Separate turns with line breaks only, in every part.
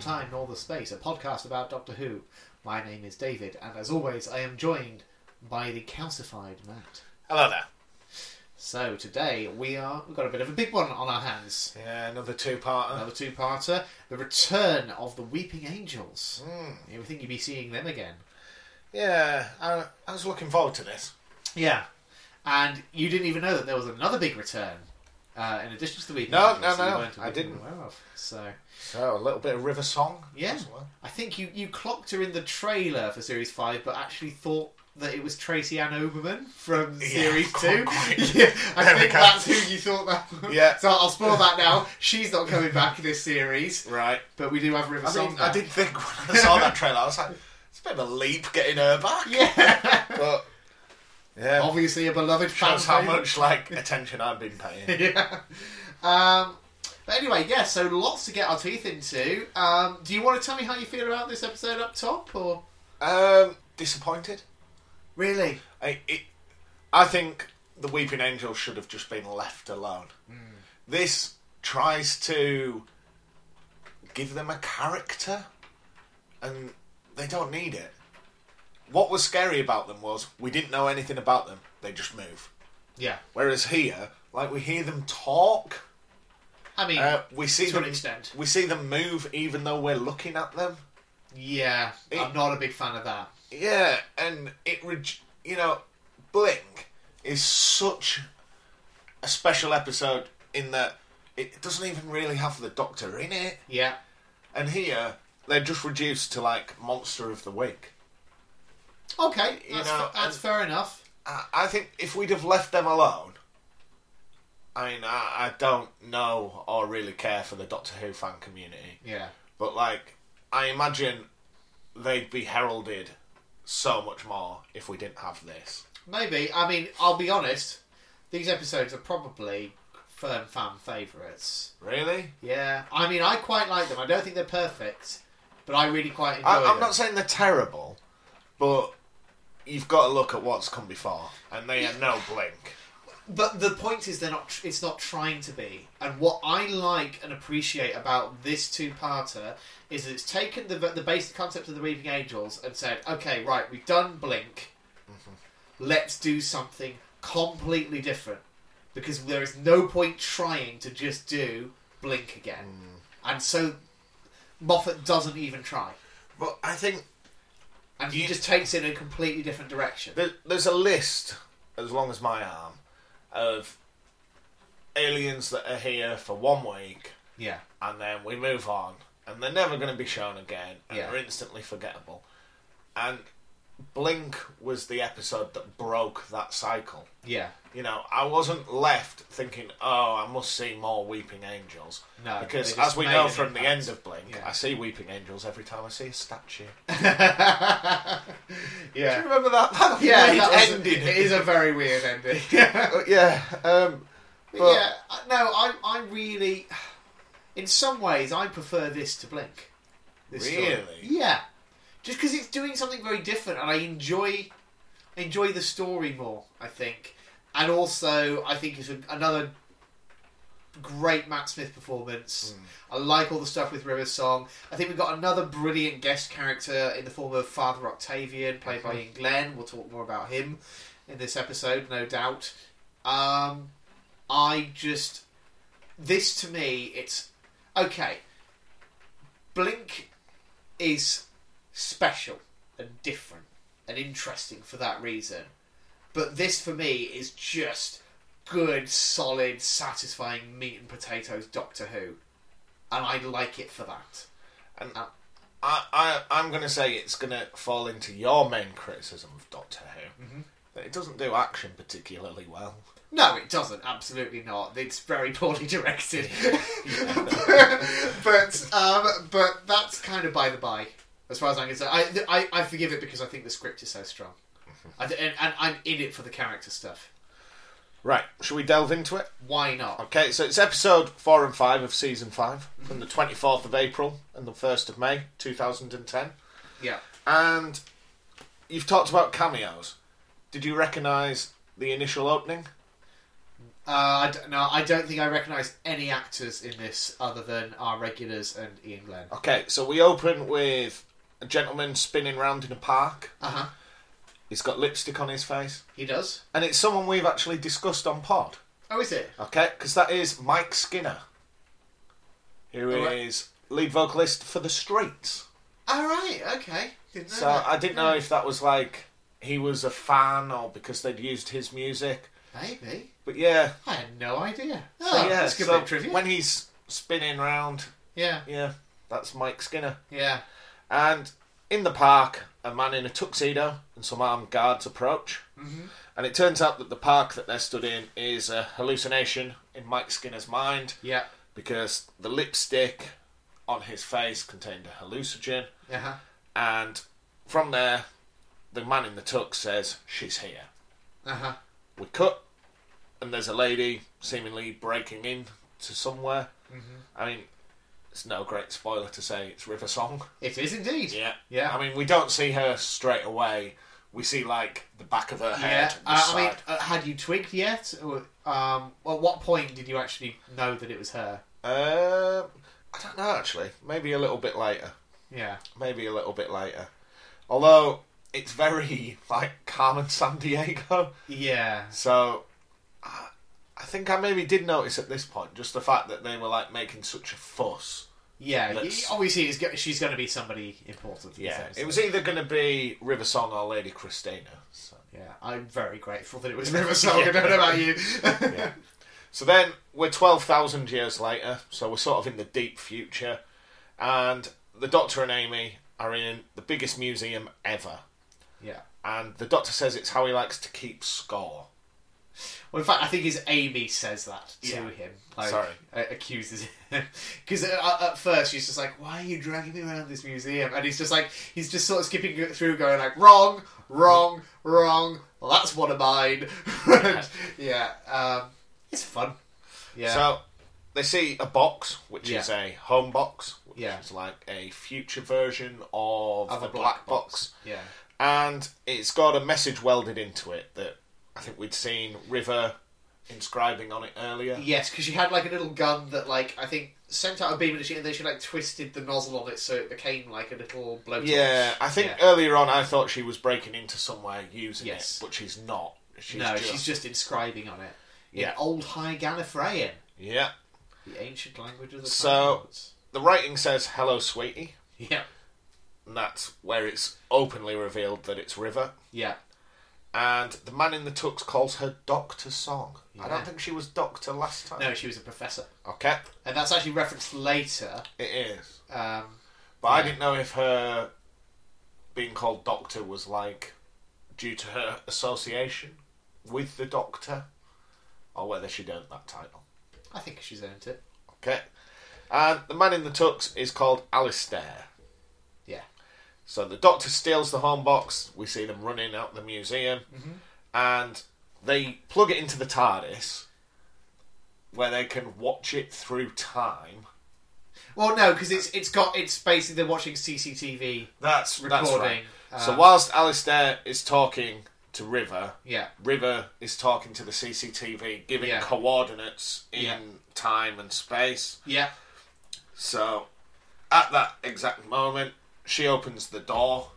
time nor the space, a podcast about Doctor Who. My name is David, and as always, I am joined by the calcified Matt.
Hello there.
So today we are we've got a bit of a big one on our hands.
Yeah, another two-parter.
Another two-parter: the return of the Weeping Angels.
Mm.
You would think you'd be seeing them again.
Yeah, I, I was looking forward to this.
Yeah, and you didn't even know that there was another big return. Uh, in addition to the Weeping
No,
Angels,
no,
that you
no,
weren't
I
even
didn't.
aware of. So.
So a little bit of River Song.
Yeah.
as well.
I think you, you clocked her in the trailer for Series 5, but actually thought that it was Tracy Ann Oberman from
Yeah,
Series 2.
quite- quite.
Yeah, I
There we
think
go.
that's who you thought that was.
Yeah.
So I'll spoil that now. She's not coming back in this series,
Right.
but we do have River
I
Song
mean,
now.
I did think when I saw that trailer, I was like, it's a bit of a leap getting her back.
Yeah.
But yeah,
Obviously a beloved fan
shows how
favourite.
much like attention I've been paying.
Yeah. Um, but anyway, yeah, so lots to get our teeth into. Um, do you want to tell me how you feel about this episode up top, or...?
Um, disappointed.
Really?
I, it, I think the Weeping Angel should have just been left alone.
Hmm.
This tries to give them a character, and they don't need it. What was scary about them was we didn't know anything about them; they just move.
Yeah.
Whereas here, like we hear them talk,
I mean,
uh, we see
To an
them
extent.
we see them move, even though we're looking at them.
yeah, I'm
it-
not a big fan of that.
Yeah, and it, re- you know, Blink is such a special episode in that it doesn't even really have the Doctor in it.
Yeah.
And here, they're just reduced to like Monster of the Week.
Okay,
You
that's,
know,
fa- that's
and-
fair enough.
I, I think if we'd have left them alone, I mean, I, I don't know or really care for the Doctor Who fan community.
Yeah.
But like, I imagine they'd be heralded so much more if we didn't have this.
Maybe. I mean, I'll be honest, these episodes are probably firm fan favourites.
Really?
Yeah. I mean, I quite like them. I don't think they're perfect, but I really quite enjoy
I,
them.
I'm not saying they're terrible, but you've got to look at what's come before, and they are no blink.
But the point is, they're not. tr- It's not trying to be. And what I like and appreciate about this two-parter is that it's taken the the basic concept of the Weeping Angels and said, okay, right, we've done Blink. Mm-hmm. Let's do something completely different because there is no point trying to just do Blink again. And so Moffat doesn't even try,
But I think
and he
You-
just takes it in a completely different direction.
there, there's a list as long as my arm of aliens that are here for one week,
Yeah,
and then we move on, and they're never going to be shown again, and
Yeah.
they're instantly forgettable. And Blink was the episode that broke that cycle.
yeah,
You know, I wasn't left thinking, "Oh, I must see more Weeping Angels."
No, they
because
just
as we
made
know
an
from the
impact.
end of Blink,
Yeah.
I see Weeping Angels every time I see a statue. Do
yeah.
you remember that? That
Yeah,
weird
that was-
ending.
it is a very weird ending.
Uh, yeah, um,
But
But-
yeah, I- no, I, I really, in some ways, I prefer this to Blink. This story.
Really?
Yeah, just because it's doing something very different, and I enjoy, enjoy the story more. I think, and also I think it's a, another great Matt Smith performance. I like all the stuff with River Song. I think we've got another brilliant guest character in the form of Father Octavian, played by Ian Glenn. We'll talk more about him in this episode, no doubt. Um, I just this to me, it's okay. Blink is special and different and interesting for that reason, but this for me is just good, solid, satisfying meat and potatoes Doctor Who, and I like it for that.
and
Uh.
I, I, I'm going to say it's going to fall into your main criticism of Doctor Who
Mm-hmm.
that it doesn't do action particularly well.
No, it doesn't. Absolutely not. It's very poorly directed. but um, but that's kind of by the by, as far as I'm concerned. I, th- I, I forgive it because I think the script is so strong, I th- and, and I'm in it for the character stuff.
Right, shall we delve into it?
Why not?
Okay, so it's episode four and five of season five, from the twenty fourth of April and the first of May, two thousand and ten.
Yeah.
And you've talked about cameos. Did you recognise the initial opening?
Uh, I don't, no, I don't think I recognise any actors in this other than our regulars and Ian Glenn.
Okay, so we open with a gentleman spinning round in a park.
Uh huh.
He's got lipstick on his face,
He does.
and it's someone we've actually discussed on pod.
Oh, is it?
Okay, because that is Mike Skinner, who is
Alright.
lead vocalist for The Streets.
All Oh, right. Okay. Didn't know
So
that.
I didn't know if that was like he was a fan or because they'd used his music.
Maybe.
But yeah,
I had no idea.
so
Oh,
yeah,
that's good
so
bit of trivia.
when he's spinning round,
Yeah.
yeah, that's Mike Skinner.
Yeah.
And in the park, a man in a tuxedo and some armed guards approach. And it turns out that the park that they're stood in is a hallucination in Mike Skinner's mind
Yeah.
because the lipstick on his face contained a hallucinogen.
Uh huh.
And from there, the man in the tux says, She's here.
Uh huh.
We cut, and there's a lady seemingly breaking in to somewhere. I mean, it's no great spoiler to say it's River Song.
It is indeed.
Yeah.
Yeah.
I mean, we don't see her straight away. We see, like, the back of her
Yeah,
head. the
uh, I mean,
side.
uh, had you twigged yet? Or, um, at what point did you actually know that it was her?
Um, I don't know, actually. Maybe a little bit later.
Yeah,
Maybe a little bit later. Although, it's very, like, Carmen San Diego.
yeah,
So, I, I think I maybe did notice at this point just the fact that they were, like, making such a fuss.
yeah. y-
Let's-
Obviously, it's go- she's going to be somebody important. in this
It
episode.
was either going to be River Song or Lady Christina. So.
Yeah, I'm very grateful that it was River Song. I don't know about you.
yeah. So then we're 12,000 years later, so we're sort of in the deep future, and the Doctor and Amy are in the biggest museum ever.
yeah.
And the Doctor says it's how he likes to keep score.
Well, in fact, I think his Amy says that to
Yeah.
him. Like,
Sorry.
uh, accuses him because at, at first she's just like, "Why are you dragging me around this museum?" And he's just like, he's just sort of skipping through, going like, "Wrong, wrong, wrong. Well, that's one of mine." And, yeah, um, it's fun. Yeah,
So they see a box, which
Yeah.
is a home box, which
Yeah.
is like a future version of,
Of
the
a black
black box.
yeah,
And it's got a message welded into it that I think we'd seen River inscribing on it earlier.
yes, because she had like a little gun that like I think sent out a beam, and she- and then she like twisted the nozzle on it so it became like a little blowtorch.
Yeah, I think
Yeah.
earlier on I thought she was breaking into somewhere using
Yes.
it, but she's not. She's
no,
just,
she's just inscribing on it. In
Yeah.
old High Gallifreyan.
yeah.
The ancient language of the
So-
Titans.
The writing says "Hello, sweetie,"
yeah,
and that's where it's openly revealed that it's River.
yeah,
And the man in the tux calls her Doctor Song. I
Yeah.
don't think she was Doctor last time.
no, she was a professor,
Okay,
and that's actually referenced later.
it is.
Um,
But I
Yeah.
didn't know if her being called Doctor was like due to her association with the Doctor, or whether she'd earned that title.
I think she's earned it.
Okay. And the man in the tux is called Alistair.
Yeah.
So the doctor steals the home box. We see them running out the museum.
Mm-hmm.
And they plug it into the TARDIS where they can watch it through time.
Well, no, because it's it's got it's basically they're watching CCTV.
That's That's right.
Recording,
so
um,
whilst Alistair is talking to River,
Yeah,
River is talking to the CCTV, giving
Yeah.
coordinates in
Yeah.
time and space.
yeah,
So, at that exact moment, she opens the door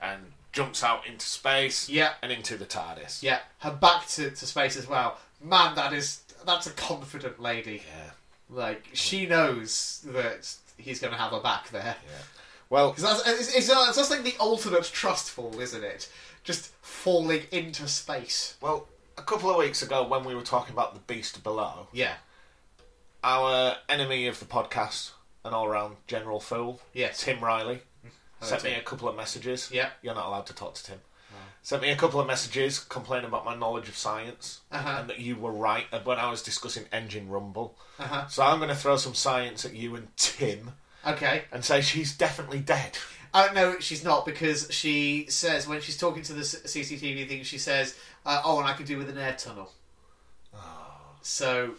and jumps out into space
Yeah.
and into the TARDIS.
yeah. Her back to, to space as well. Man, that is that's a confident lady.
Yeah.
Like she knows that he's going to have her back there.
Well,
'Cause that's it's, it's, uh, it's just like the ultimate trust fall, isn't it? Just falling into space.
well, a couple of weeks ago when we were talking about the Beast Below,
Yeah.
our enemy of the podcast, an all-round general fool,
Yes.
Tim Riley,
Hello,
sent me
Tim.
a couple of messages.
Yeah.
You're not allowed to talk to Tim. Sent me a couple of messages complaining about my knowledge of science
Uh-huh.
and that you were right when I was discussing engine rumble.
Uh-huh.
So I'm going to throw some science at you and Tim
Okay.
and say she's definitely dead.
Uh, no, she's not because she says when she's talking to the C- CCTV thing, she says, uh, "Oh, and I could do with an air tunnel." So,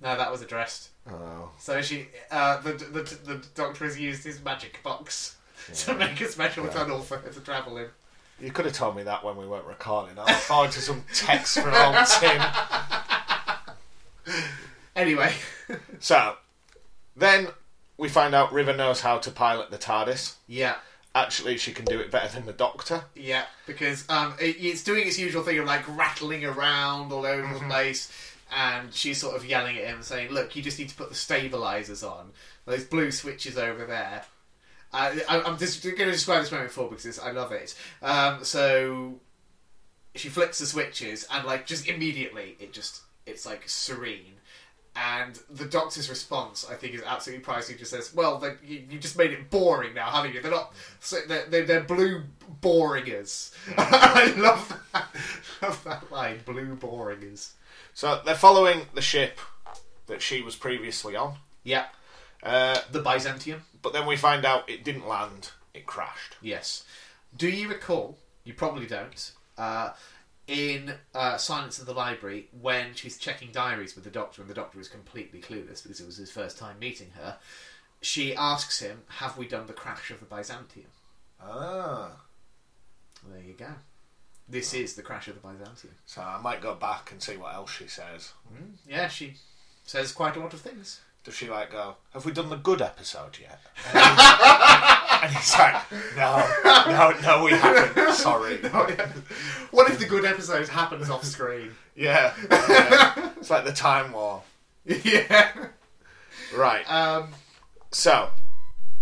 no, that was addressed.
Oh.
So she, uh, the, the the doctor has used his magic box to make a special tunnel for her to travel in.
You could have told me that when we weren't recording. I look forward to some text from old Tim.
Anyway,
So, then we find out River knows how to pilot the TARDIS.
yeah,
Actually, she can do it better than the Doctor.
yeah, because um, it, it's doing its usual thing of like rattling around all over the place, and she's sort of yelling at him, saying, "Look, you just need to put the stabilizers on. Those blue switches over there." Uh, I, I'm just going to describe this moment for because it's, I love it. Um, so she flips the switches, and like just immediately, it just it's like serene. And the doctor's response, I think, is absolutely pricey. He just says, "Well, they, you, you just made it boring now, haven't you? They're not. So they're, they're, they're blue boringers. I love that. love that line. Blue boringers.
So, they're following the ship that she was previously on.
Yeah.
Uh,
The Byzantium.
but then we find out it didn't land, it crashed.
Yes. Do you recall? You probably don't. Uh, in uh, Silence of the Library, when she's checking diaries with the doctor, and the doctor is completely clueless because it was his first time meeting her, she asks him, "Have we done the crash of the Byzantium?"
Ah.
There you go. This is the crash of the Byzantium.
So, I might go back and see what else she says.
Yeah, she says quite a lot of things.
Does she like go, Have we done the good episode yet? and he's like, No, no, no, we haven't. Sorry.
Oh, What if the good episode happens off screen?
Yeah. yeah. It's like the Time War.
yeah.
Right.
Um,
So,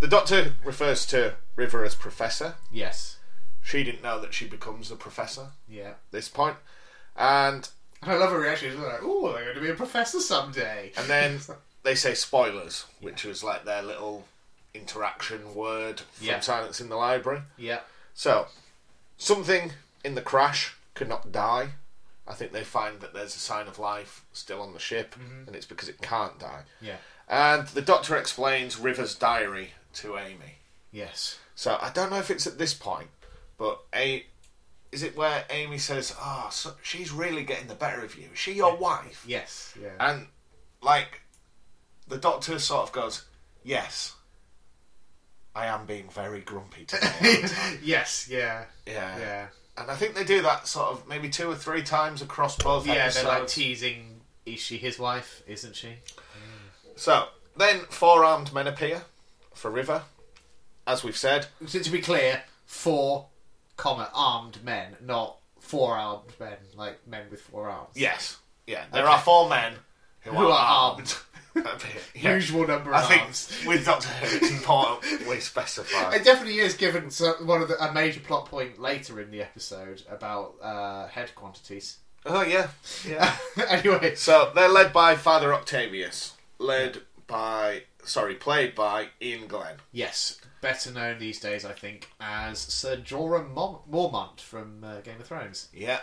the Doctor refers to River as Professor.
yes.
She didn't know that she becomes a Professor at
Yeah.
this point. And
And I love her reaction. She's like, "Oh, they're going to be a professor someday."
and then they say spoilers, which was like their little interaction word from
Yeah.
Silence in the Library.
Yeah.
So, something in the crash could not die. I think they find that there's a sign of life still on the ship, and it's because it can't die.
Mm-hmm. Yeah.
And the Doctor explains River's diary to Amy.
Yes.
So I don't know if it's at this point, but a is it where Amy says, "Ah, so she's really getting the better of you. Is she your wife?"
Yes. Yeah.
And like, the doctor sort of goes, "Yes, I am being very grumpy today."
yes. Yeah.
yeah.
Yeah.
And I think they do that sort of maybe two or three times across both
Yeah. They're
episodes.
like teasing. Is she his wife? Isn't she?
so then four armed men appear for River, as we've said.
So to be clear, four, comma armed men, not four armed men, like men with four arms.
Yes. Yeah. There
Okay.
are four men who,
Who are armed.
appear. Yeah.
Usual number
I
of
think
arms.
with Doctor Who, it's important we specify.
It definitely is given so- one of the, a major plot point later in the episode about uh, head quantities.
Oh yeah, yeah.
anyway,
So they're led by Father Octavius, led by sorry, played by Ian Glenn.
yes, better known these days, I think, as Sir Jorah Mor- Mormont from uh, Game of Thrones.
Yeah,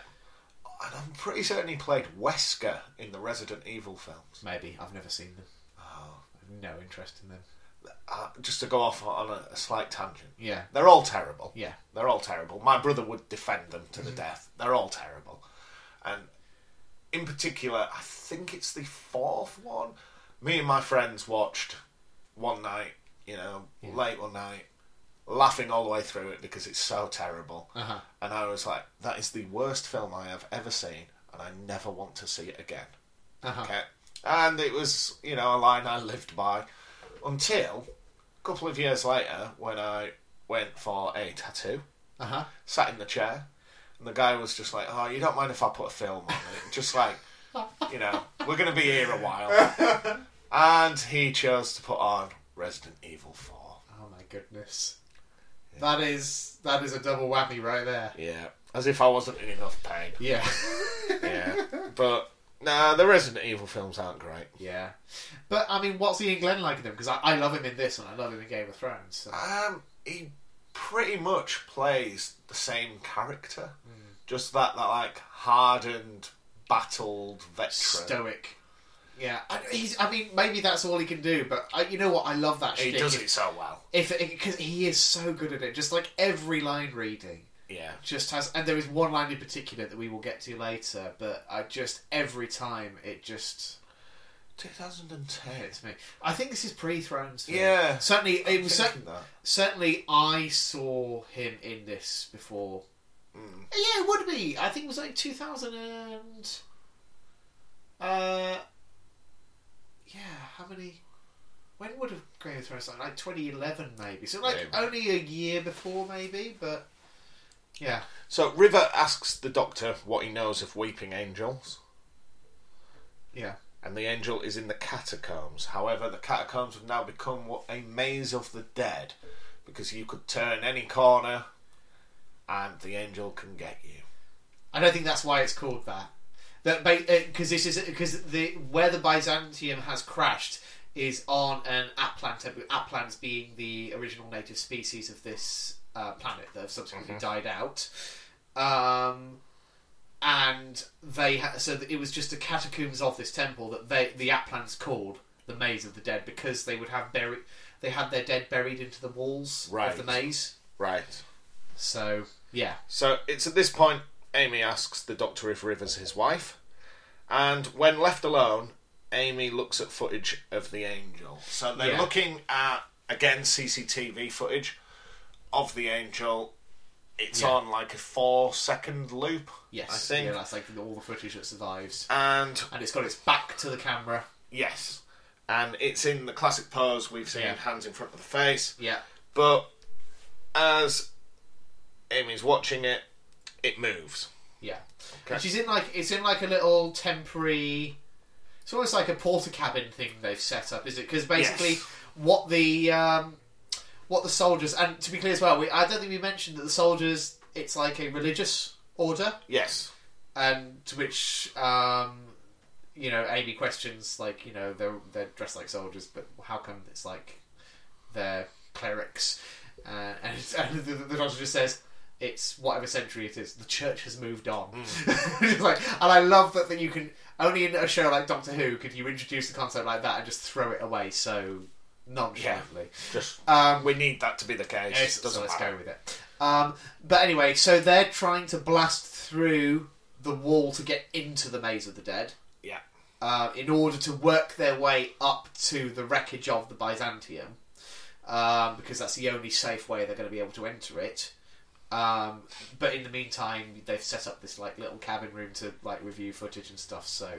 and I'm pretty certain he played Wesker in the Resident Evil films.
Maybe I've never seen them. I've no interest in them.
Uh, just to go off on a, a slight tangent,
Yeah,
they're all terrible.
yeah, Mm-hmm.
They're all terrible. My brother would defend them to the death. They're all terrible. And in particular, I think it's the fourth one. Me and my friends watched one night, you know, late one night, laughing all the way through it because it's so terrible.
Uh-huh.
And I was like, that is the worst film I have ever seen, and I never want to see it again.
uh-huh.
Okay. And it was, you know, a line I lived by until a couple of years later when I went for a tattoo,
uh-huh.
sat in the chair, and the guy was just like, Oh, you don't mind if I put a film on it? Just like, you know, we're going to be here a while. And he chose to put on Resident Evil 4.
Oh my goodness. That is that is a double whammy right there.
Yeah. As if I wasn't in enough pain.
Yeah.
Yeah. but, nah, the Resident Evil films aren't great.
yeah. But I mean, what's Ian Glenn like in them? Because I, I love him in this and I love him in Game of Thrones. so-
Um, he pretty much plays the same character, just that that like hardened, battled veteran.
Stoic. Yeah. I, he's, I mean, maybe that's all he can do, but I, you know what? I love that
he
shtick.
does it so well.
If because he is so good at it, just like every line reading.
Yeah,
just has and there is one line in particular that we will get to later but i just every time it just
2010.
hits me i think this is pre-thrones film.
Yeah.
certainly it was cer-
Thinking that.
certainly i saw him in this before
Hmm.
yeah it would be i think it was like 2000 and uh many. When would have Game of Thrones started? Like 2011, maybe. So like
Maybe.
only a year before, maybe. But yeah,
So River asks the doctor what he knows of weeping angels,
yeah.
and the angel is in the catacombs. However, the catacombs have now become what, a maze of the dead, because you could turn any corner, and the angel can get you.
I don't think that's why it's called that. That because this is because the where the Byzantium has crashed is on an Atlant. Atlans being the original native species of this uh, planet that have subsequently
Mm-hmm.
died out. Um, and they ha- so it was just the catacombs of this temple that they the Atlans called the Maze of the Dead because they would have buried they had their dead buried into the walls
Right.
of the maze.
Right.
So yeah,
So it's at this point Amy asks the doctor if River's his wife, and when left alone, Amy looks at footage of the angel. So they're
Yeah.
looking at again CCTV footage of the angel. It's
Yeah.
on like a four-second loop,
yes,
I think,
yeah, that's like all the footage that survives.
and
and it's got its back to the camera.
yes, and it's in the classic pose we've seen:
Yeah.
hands in front of the face.
Yeah.
But as Amy's watching it, it moves.
Yeah.
Okay.
And she's in like it's in like a little temporary. It's almost like a porter cabin thing they've set up, is it? Because basically,
Yes.
what the um, what the soldiers and to be clear as well, we, I don't think we mentioned that the soldiers. It's like a religious order,
Yes.
and to which um, you know Amy questions like you know they're they're dressed like soldiers, but how come it's like they're clerics? Uh, and, and the, the doctor just says it's whatever century it is. The church has moved on. It's like, and I love that that you can only in a show like Doctor Who could you introduce the concept like that and just throw it away so nonchalantly.
Just
Um,
We need that to be the case.
Yes,
It
so
doesn't
let's
matter.
go with it. Um, but anyway, so they're trying to blast through the wall to get into the maze of the dead
Yeah.
uh, in order to work their way up to the wreckage of the Byzantium, um, because that's the only safe way they're going to be able to enter it. Um, but in the meantime, they've set up this like little cabin room to like review footage and stuff. So,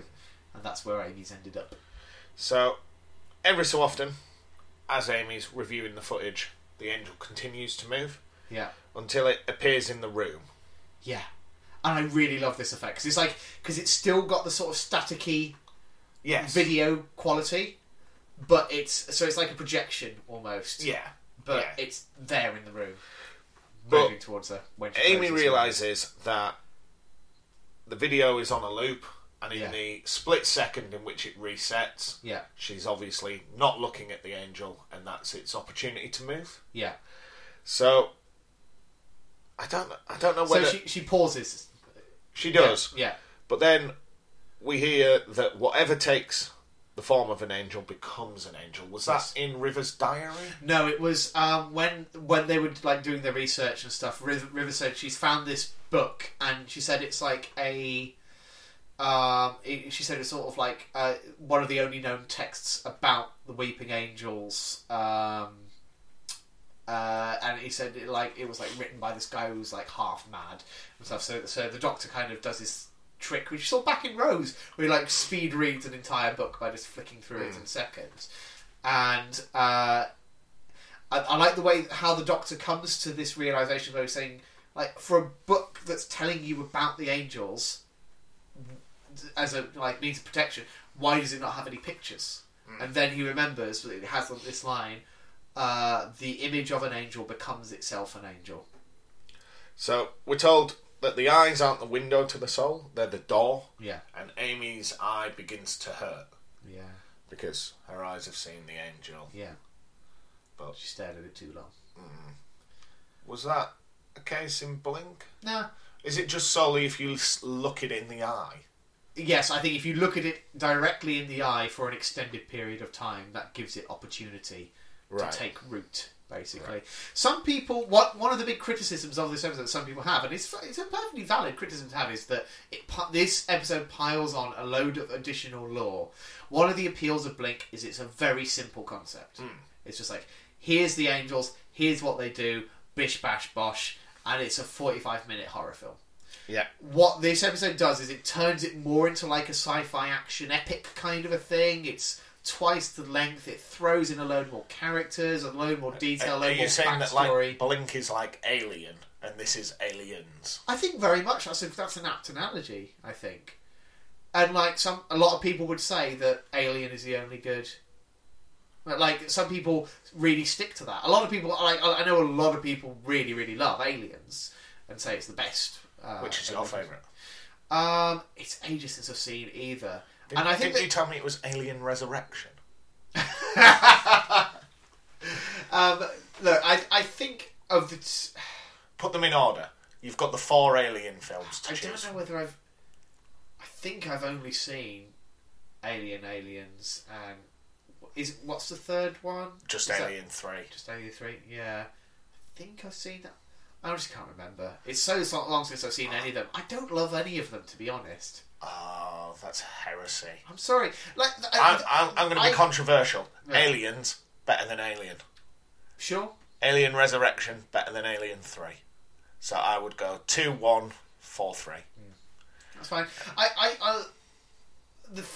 and that's where Amy's ended up.
So, every so often, as Amy's reviewing the footage, the angel continues to move
Yeah.
until it appears in the room.
Yeah, and I really love this effect because it's like because it's still got the sort of staticky
Yes.
video quality, but it's so it's like a projection almost.
Yeah.
but
yeah.
it's there in the room,
But
moving towards her. When she
Amy
closes her
realizes that the video is on a loop, and in
Yeah.
the split second in which it resets,
eyes. Yeah,
she's obviously not looking at the angel, and that's its opportunity to move.
yeah.
So. I don't. I don't know
So
whether
she, she pauses.
she does.
Yeah,
But then we hear that whatever takes the form of an angel becomes an angel. Was
Yes.
that in River's diary?
no, it was um, when when they were like doing their research and stuff. River, River said she's found this book, and she said it's like a. Um, it, she said it's sort of like uh, one of the only known texts about the weeping angels. Um, uh, and he said it, like it was like written by this guy who was like half mad and stuff. So so the doctor kind of does this trick which you saw back in Rose, where he like speed reads an entire book by just flicking through it in seconds. And uh, I, I like the way how the doctor comes to this realization by saying like for a book that's telling you about the angels as a like means of protection, why does it not have any pictures? And then he remembers that it has this line uh, the image of an angel becomes itself an angel.
So we're told that the eyes aren't the window to the soul, they're the door,
Yeah,
and Amy's eye begins to hurt
yeah,
because her eyes have seen the angel.
yeah.
But-
she stared at it too long.
Was that a case in Blink?
No.
Is it just solely if you s- look it in the eye?
Yes, I think if you look at it directly in the eye for an extended period of time, that gives it opportunity
Right.
to take root. Basically, some people what one of the big criticisms of this episode that some people have, and it's it's a perfectly valid criticism to have, is that it pi- this episode piles on a load of additional lore. One of the appeals of Blink is it's a very simple concept. It's just like here's the angels, here's what they do, bish bash bosh, and it's a forty-five minute horror film
Yeah.
what this episode does is it turns it more into like a sci-fi action epic kind of a thing. It's twice the length. It throws in a load more characters, a load more detail, a
Are
load more
you saying that
backstory.
like Blink is like Alien and this is Aliens?
I think very much that's a, that's an apt analogy. I think, and like some a lot of people would say that Alien is the only good. but, Like some people really stick to that. A lot of people, like I I know, a lot of people really really love Aliens and say it's the best. Uh,
Which is
of
your
them.
favourite?
Um, it's ages since I've seen either,
Didn't-
and I think
didn't you tell me it was Alien Resurrection?
Um, look, I, I think of the. T-
Put them in order. You've got the four Alien films to
I
choose.
don't know whether I've. I think I've only seen Alien, Aliens, and is what's the third one?
Just
Is that-
Alien Three.
just Alien Three. Yeah, I think I've seen that. I just can't remember. It's so so long since I've
Ah.
seen any of them. I don't love any of them, to be honest.
Oh, that's heresy.
I'm sorry. Like, uh,
I'm,
I,
I'm, I'm going to
I-
be controversial.
Yeah.
Aliens better than Alien.
sure.
Alien Resurrection better than Alien Three. So I would go two, one, four, three.
That's fine. I, I, I the, th-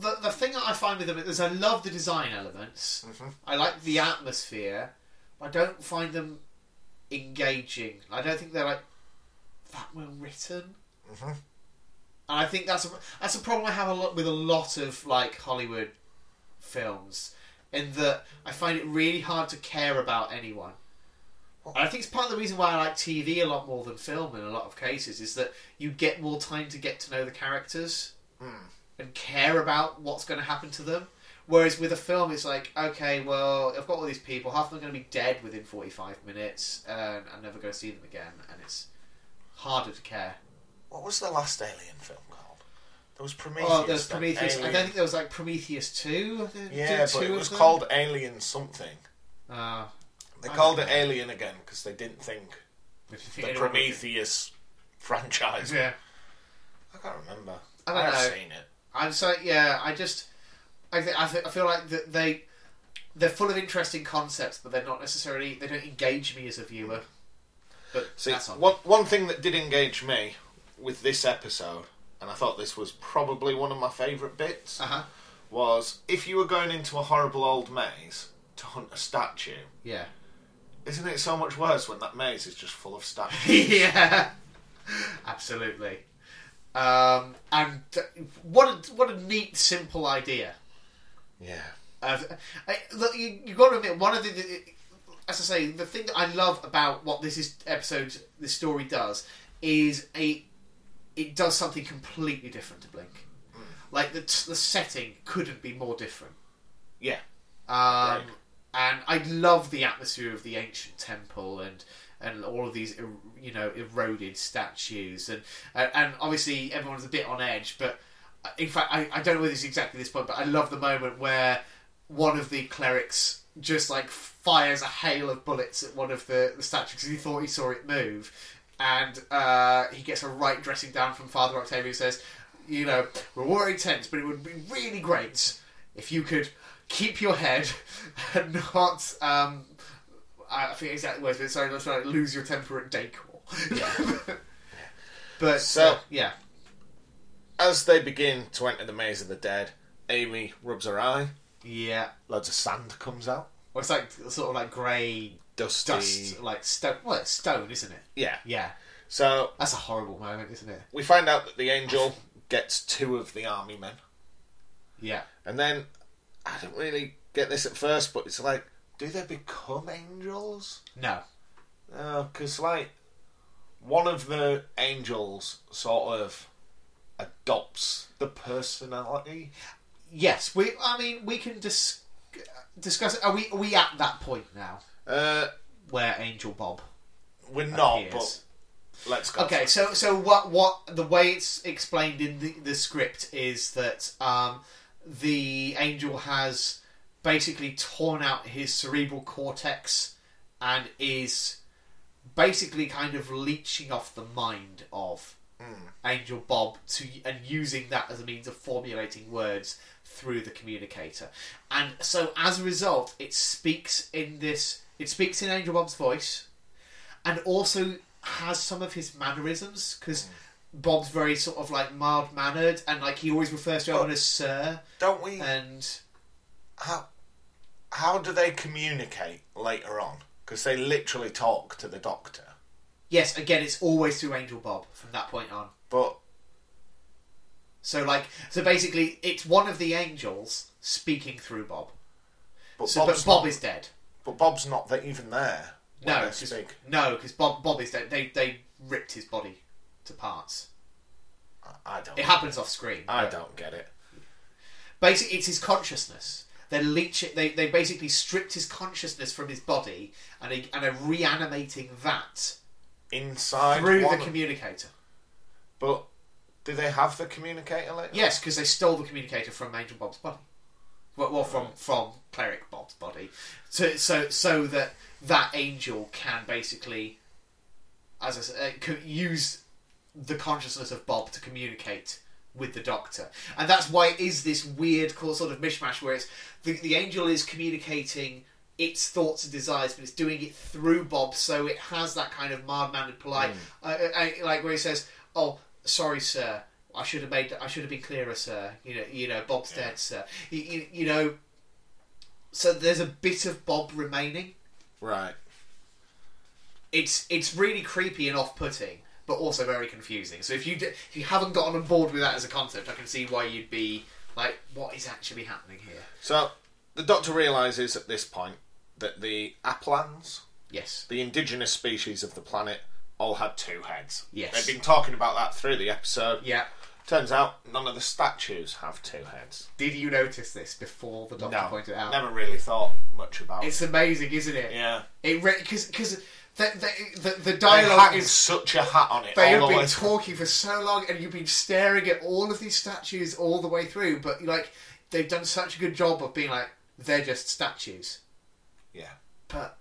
the the thing that I find with them is I love the design elements. I like the atmosphere. But I don't find them engaging. I don't think they're like that well written.
Mhm.
And I think that's a that's a problem I have a lot with a lot of like Hollywood films, in that I find it really hard to care about anyone. And I think it's part of the reason why I like TV a lot more than film in a lot of cases is that you get more time to get to know the characters
Hmm.
and care about what's going to happen to them. Whereas with a film, it's like, okay, well, I've got all these people, half of them are going to be dead within 45 minutes, and I'm never going to see them again, and it's harder to care.
What was the last Alien film called? There was Prometheus.
Oh, there's
then
Prometheus. I
Alien-
don't think there was like Prometheus 2.
Yeah,
two
but it
of
was
them?
called Alien something.
Ah.
They
I
called
don't
it Alien again because they didn't think the Prometheus franchise.
Yeah.
I can't remember.
I don't
have
know.
seen it.
I'm so yeah. I just I th- I, th- I feel like that they they're full of interesting concepts, but they're not necessarily they don't engage me as a viewer. But
See,
that's on
one, one thing that did engage me with this episode, and I thought this was probably one of my favourite bits,
Uh huh.
was if you were going into a horrible old maze to hunt a statue,
Yeah.
isn't it so much worse when that maze is just full of statues?
yeah. Absolutely. Um, and th- what a, what a neat, simple idea.
yeah.
Uh, I, look, you you got to admit one of the, the as I say the thing that I love about what this is episode this story does is a it does something completely different to Blink. Like the the setting couldn't be more different.
Yeah.
Um, And I love the atmosphere of the ancient temple and and all of these er- you know eroded statues and and- and obviously everyone's a bit on edge. But uh, in fact, I, I don't know whether it's exactly this point, but I love the moment where one of the clerics just like fires a hail of bullets at one of the, the statues because he thought he saw it move, and uh, he gets a right dressing down from Father Octavia who says, you know, we're all intense, but it would be really great if you could keep your head and not, um, I I think exact words, but sorry, that's right, lose your temper at decor. but
So-
uh, yeah,
As they begin to enter the maze of the dead, Amy rubs her eye,
yeah.
loads of sand comes out,
Well, it's like sort of like grey
dusty.
dust, like stone. Well, it's stone, isn't it?
Yeah.
Yeah,
So
that's a horrible moment, isn't it?
we find out that the angel gets two of the army men.
Yeah,
And then I didn't really get this at first, but it's like, do they become angels?
no,
Because like one of the angels sort of adopts the personality.
yes, we. I mean, we can dis- discuss. Are we? Are we at that point now
Uh,
where Angel Bob?
we're not,
appears?
but let's go.
Okay, so so what what the way it's explained in the, the script is that um, the angel has basically torn out his cerebral cortex and is basically kind of leeching off the mind of Angel Bob to and using that as a means of formulating words through the communicator. And so as a result, it speaks in this it speaks in Angel Bob's voice and also has some of his mannerisms because Bob's very sort of like mild mannered and like he always refers to everyone as sir
Don't we
and
how how do they communicate later on? Because they literally talk to the doctor,
Yes, again, it's always through Angel Bob from that point on.
but
So like, so basically, it's one of the angels speaking through Bob.
but
So,
Bob's
but Bob
not,
is dead.
but Bob's not th- even there. when
No,
they
'cause-
speak.
no, because Bob Bob is dead. They they ripped his body to parts.
I- I don't.
It happens off screen.
I don't get it.
Basically, it's his consciousness. They leech it. They, they basically stripped his consciousness from his body and he, and are reanimating that
Inside
through the
one-
communicator.
but do they have the communicator later?
Yes, because they stole the communicator from Angel Bob's body. Well, well from from cleric Bob's body, so so so that that angel can basically, as I said, uh, co- use the consciousness of Bob to communicate with the Doctor, and that's why it is this weird co- sort of mishmash where it's the the angel is communicating its thoughts and desires, but it's doing it through Bob, so it has that kind of mild mannered, polite, uh, uh, uh, like where he says, "Oh, sorry, sir." I should have made. I should have been clearer, sir. You know, you know, Bob's dead, sir. You, you, you know, so there's a bit of Bob remaining.
Right.
It's it's really creepy and off-putting, but also very confusing. So if you d- if you haven't gotten on board with that as a concept, I can see why you'd be like, what is actually happening here?
So the Doctor realizes at this point that the Aplans,
Yes,
the indigenous species of the planet, all had two heads.
Yes.
They've been talking about that through the episode.
yeah.
Turns out none of the statues have two heads.
Did you notice this before the doctor pointed it out?
never really thought much about
It's amazing, isn't it?
Yeah.
It because because the, the the the
They
dialogue
hang
is
such a hat on it
They have
all the
been
way through.
talking for so long, and you've been staring at all of these statues all the way through. But like, they've done such a good job of being like, they're just statues.
Yeah.
But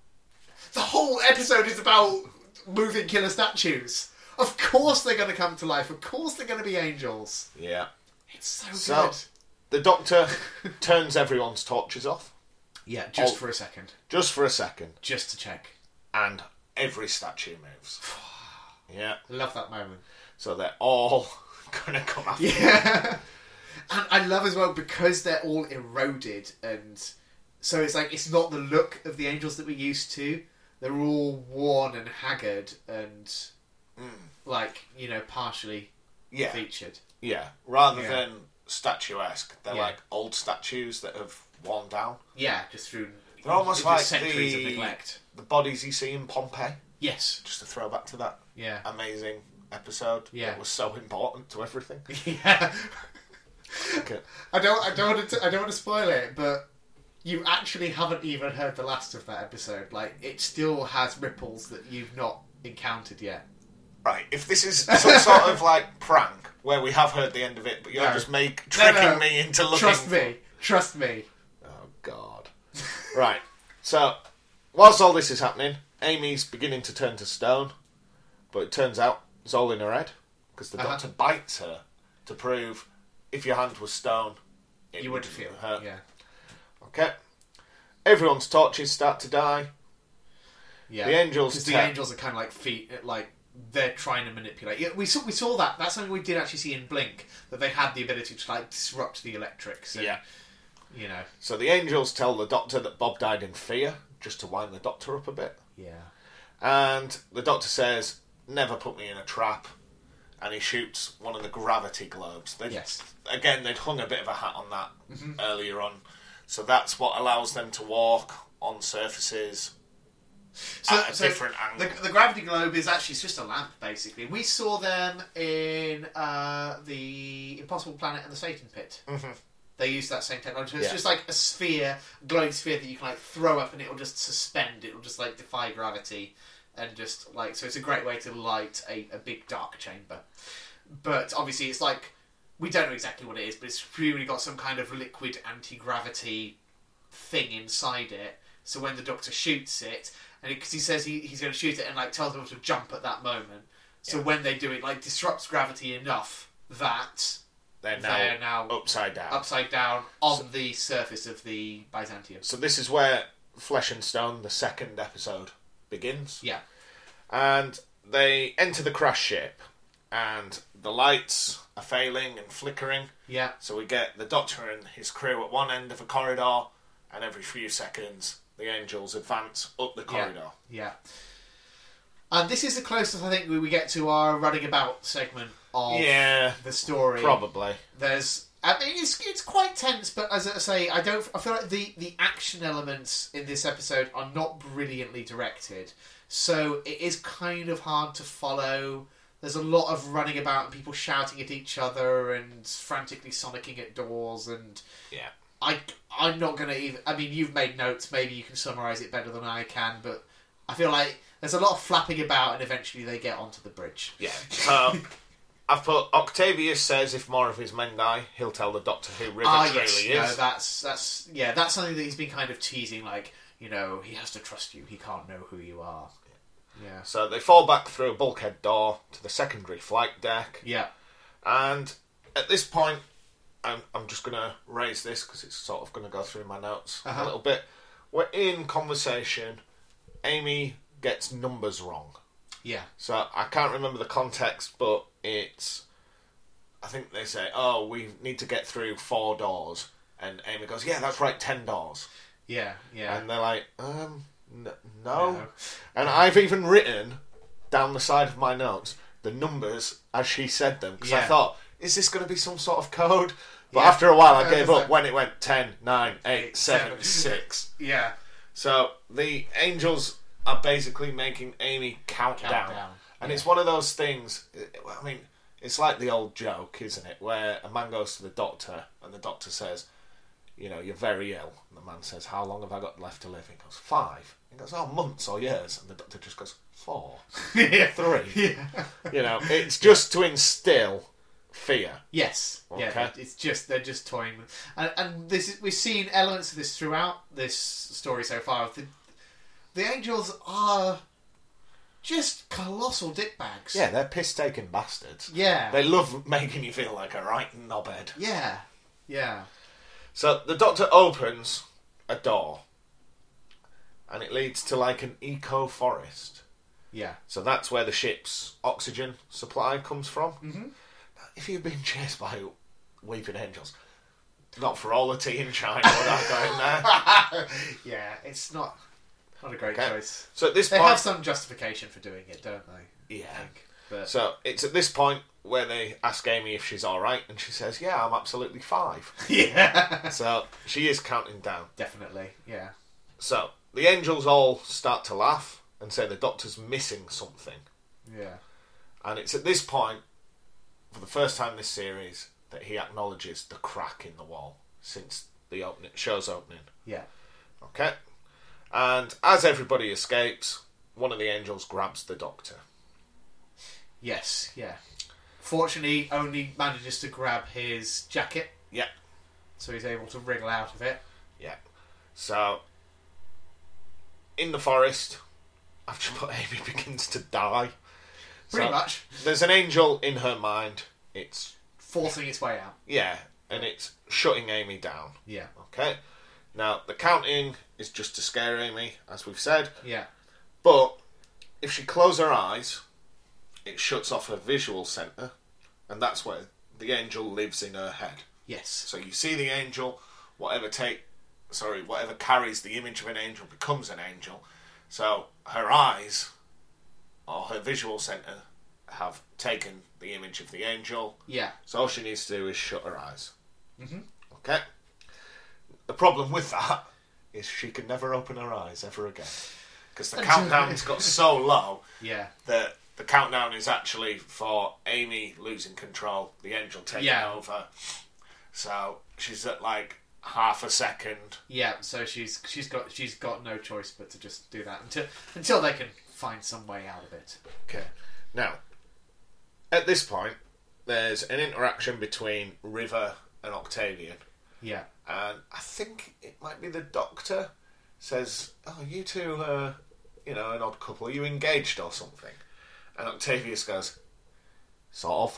the whole episode is about moving killer statues. Of course, they're going to come to life. Of course, they're going to be angels.
Yeah.
It's so,
So
good.
the Doctor turns everyone's torches off
Yeah, just
Oh.
for a second,
just for a second,
just to check.
and every statue moves. Yeah.
I love that moment.
So they're all gonna come after.
Yeah. And I love as well because they're all eroded and so it's like it's not the look of the angels that we're used to. They're all worn and haggard and
Hmm.
like, you know, partially
Yeah.
featured.
Yeah. Rather
Yeah.
than statuesque, they're
Yeah.
like old statues that have worn down.
Yeah, just through
They're almost
through
like
centuries
the-
of neglect.
The bodies you see in Pompeii.
Yes.
Just a throwback to that
Yeah.
amazing episode.
Yeah.
It was so important to everything.
yeah.
Okay.
I don't I don't want to I don't want to spoil it, but you actually haven't even heard the last of that episode. Like it still has ripples that you've not encountered yet.
Right, if this is some sort of like prank where we have heard the end of it, but you're
No.
just make,
No,
tricking
no.
me into looking.
Trust me. Trust me.
Oh God. right. So, whilst all this is happening, Amy's beginning to turn to stone, but it turns out it's all in her head because the
Uh-huh.
doctor bites her to prove if your hand was stone, it
You would feel.
hurt.
Yeah.
Okay. Everyone's torches start to die.
Yeah.
The angels
Because the
attack.
angels are kind of like feet, like they're trying to manipulate. Yeah, we saw we saw that. That's something we did actually see in Blink that they had the ability to like disrupt the electrics. And, You know.
So the angels tell the doctor that Bob died in fear, just to wind the doctor up a bit.
Yeah.
And the doctor says, "Never put me in a trap." And he shoots one of the gravity globes. They,
Yes. Mm-hmm.
Again, they'd hung a bit of a hat on that earlier on, so that's what allows them to walk on surfaces.
So,
At a different angle.
The, the gravity globe is actually it's just a lamp, basically. We saw them in uh, the Impossible Planet and the Satan Pit. They used that same technology. It's
Mm-hmm. Yeah.
just like a sphere, glowing sphere that you can like throw up, and it'll just suspend. It'll just like defy gravity, and just like so. It's a great way to light a, a big dark chamber. But obviously, it's like we don't know exactly what it is, but it's presumably got some kind of liquid anti gravity thing inside it. So when the Doctor shoots it, and because he says he, he's going to shoot it, and like tells them to jump at that moment. So when they do it, like disrupts gravity enough that
They're now,
They're now
upside down.
upside down on the surface of the Byzantium.
So this is where Flesh and Stone, the second episode, begins.
Yeah,
and they enter the crash ship and the lights are failing and flickering
yeah,
so we get the doctor and his crew at one end of a corridor and every few seconds the angels advance up the corridor.
Yeah. And this is the closest I think we, we get to our running about segment of
yeah
the story.
probably.
There's, I mean, it's it's quite tense, but as I say, I don't. I feel like the the action elements in this episode are not brilliantly directed, so it is kind of hard to follow. There's a lot of running about and people shouting at each other and frantically sonicking at doors and
Yeah.
I I'm not gonna even. I mean, you've made notes. Maybe you can summarize it better than I can, but I feel like there's a lot of flapping about, and eventually they get onto the bridge.
Yeah. So I've put Octavius says if more of his men die, he'll tell the Doctor Who River
Ah,
truly
yes,
is.
no, that's that's yeah, that's something that he's been kind of teasing. Like you know, he has to trust you. He can't know who you are. Yeah,
So they fall back through a bulkhead door to the secondary flight deck,
yeah,
and at this point, I'm, I'm just going to raise this because it's sort of going to go through my notes
Uh-huh.
a little bit. We're in conversation. Amy gets numbers wrong.
yeah,
So I can't remember the context, but it's. I think they say, oh, we need to get through four doors. And Amy goes, yeah, that's right, ten doors.
yeah, yeah.
And they're like, um, n- no.
No.
And I've even written down the side of my notes the numbers as she said them because I
Yeah.
thought, is this going to be some sort of code? But
Yeah.
after a while, I
No,
gave
that's
up
fine.
when it went 10, 9, 8,
seven.
7, 6.
yeah,
So the angels are basically making Amy count,
Count
down.
down,
And it's one of those things, I mean, it's like the old joke, isn't it? Where a man goes to the doctor and the doctor says, you know, you're very ill. And the man says, how long have I got left to live? He goes, five. He goes, oh, months or years. And the doctor just goes, four,
yeah.
three.
yeah.
you know, it's just to instill fear.
Yes. Yeah.
Okay.
It's just they're just toying with, and, and this is, we've seen elements of this throughout this story so far. The, the angels are just colossal dickbags.
Yeah, they're piss-taking bastards.
Yeah.
They love making you feel like a right knobhead.
yeah. Yeah.
So the doctor opens a door and it leads to like an eco forest.
Yeah.
So that's where the ship's oxygen supply comes from. Mm-hmm. If you've been chased by weeping angels, not for all the tea in China would I go in there.
yeah. It's not not a great
Okay.
choice.
So at this
They
point,
have some justification for doing it, don't they? I
yeah.
think. But
So it's at this point where they ask Amy if she's all right, and she says, "Yeah, I'm absolutely five.
yeah,
so she is counting down.
definitely. Yeah.
So the angels all start to laugh and say the doctor's missing something.
Yeah.
And it's at this point, for the first time in this series, that he acknowledges the crack in the wall since the opening, show's opening.
Yeah.
Okay? And as everybody escapes, one of the angels grabs the doctor.
Yes. Yeah. Fortunately, only manages to grab his jacket.
Yeah.
so he's able to wriggle out of it.
Yeah. So, in the forest, I've just put Amy begins to die.
Pretty
So,
much
There's an angel in her mind. It's,
forcing its way out.
yeah, and it's shutting Amy down.
Yeah,
Okay. Now the counting is just to scare Amy, as we've said.
yeah,
But if she closes her eyes, it shuts off her visual center, and that's where the angel lives in her head.
yes,
So you see the angel, whatever take, sorry, whatever carries the image of an angel becomes an angel. So her eyes, or her visual center, have taken the image of the angel,
yeah,
so all she needs to do is shut her eyes. Mm-hmm. Okay. The problem with that is she can never open her eyes ever again because the countdown's got so low
yeah,
that the countdown is actually for Amy losing control, the angel taking
Yeah.
over. So she's at like half a second.
yeah. So she's she's got she's got no choice but to just do that until until they can find some way out of it.
Okay. Now, at this point, there's an interaction between River and Octavian.
Yeah,
and I think it might be the doctor says, "Oh, you two are, you know, an odd couple. Are you engaged or something?" And Octavius goes, "Sort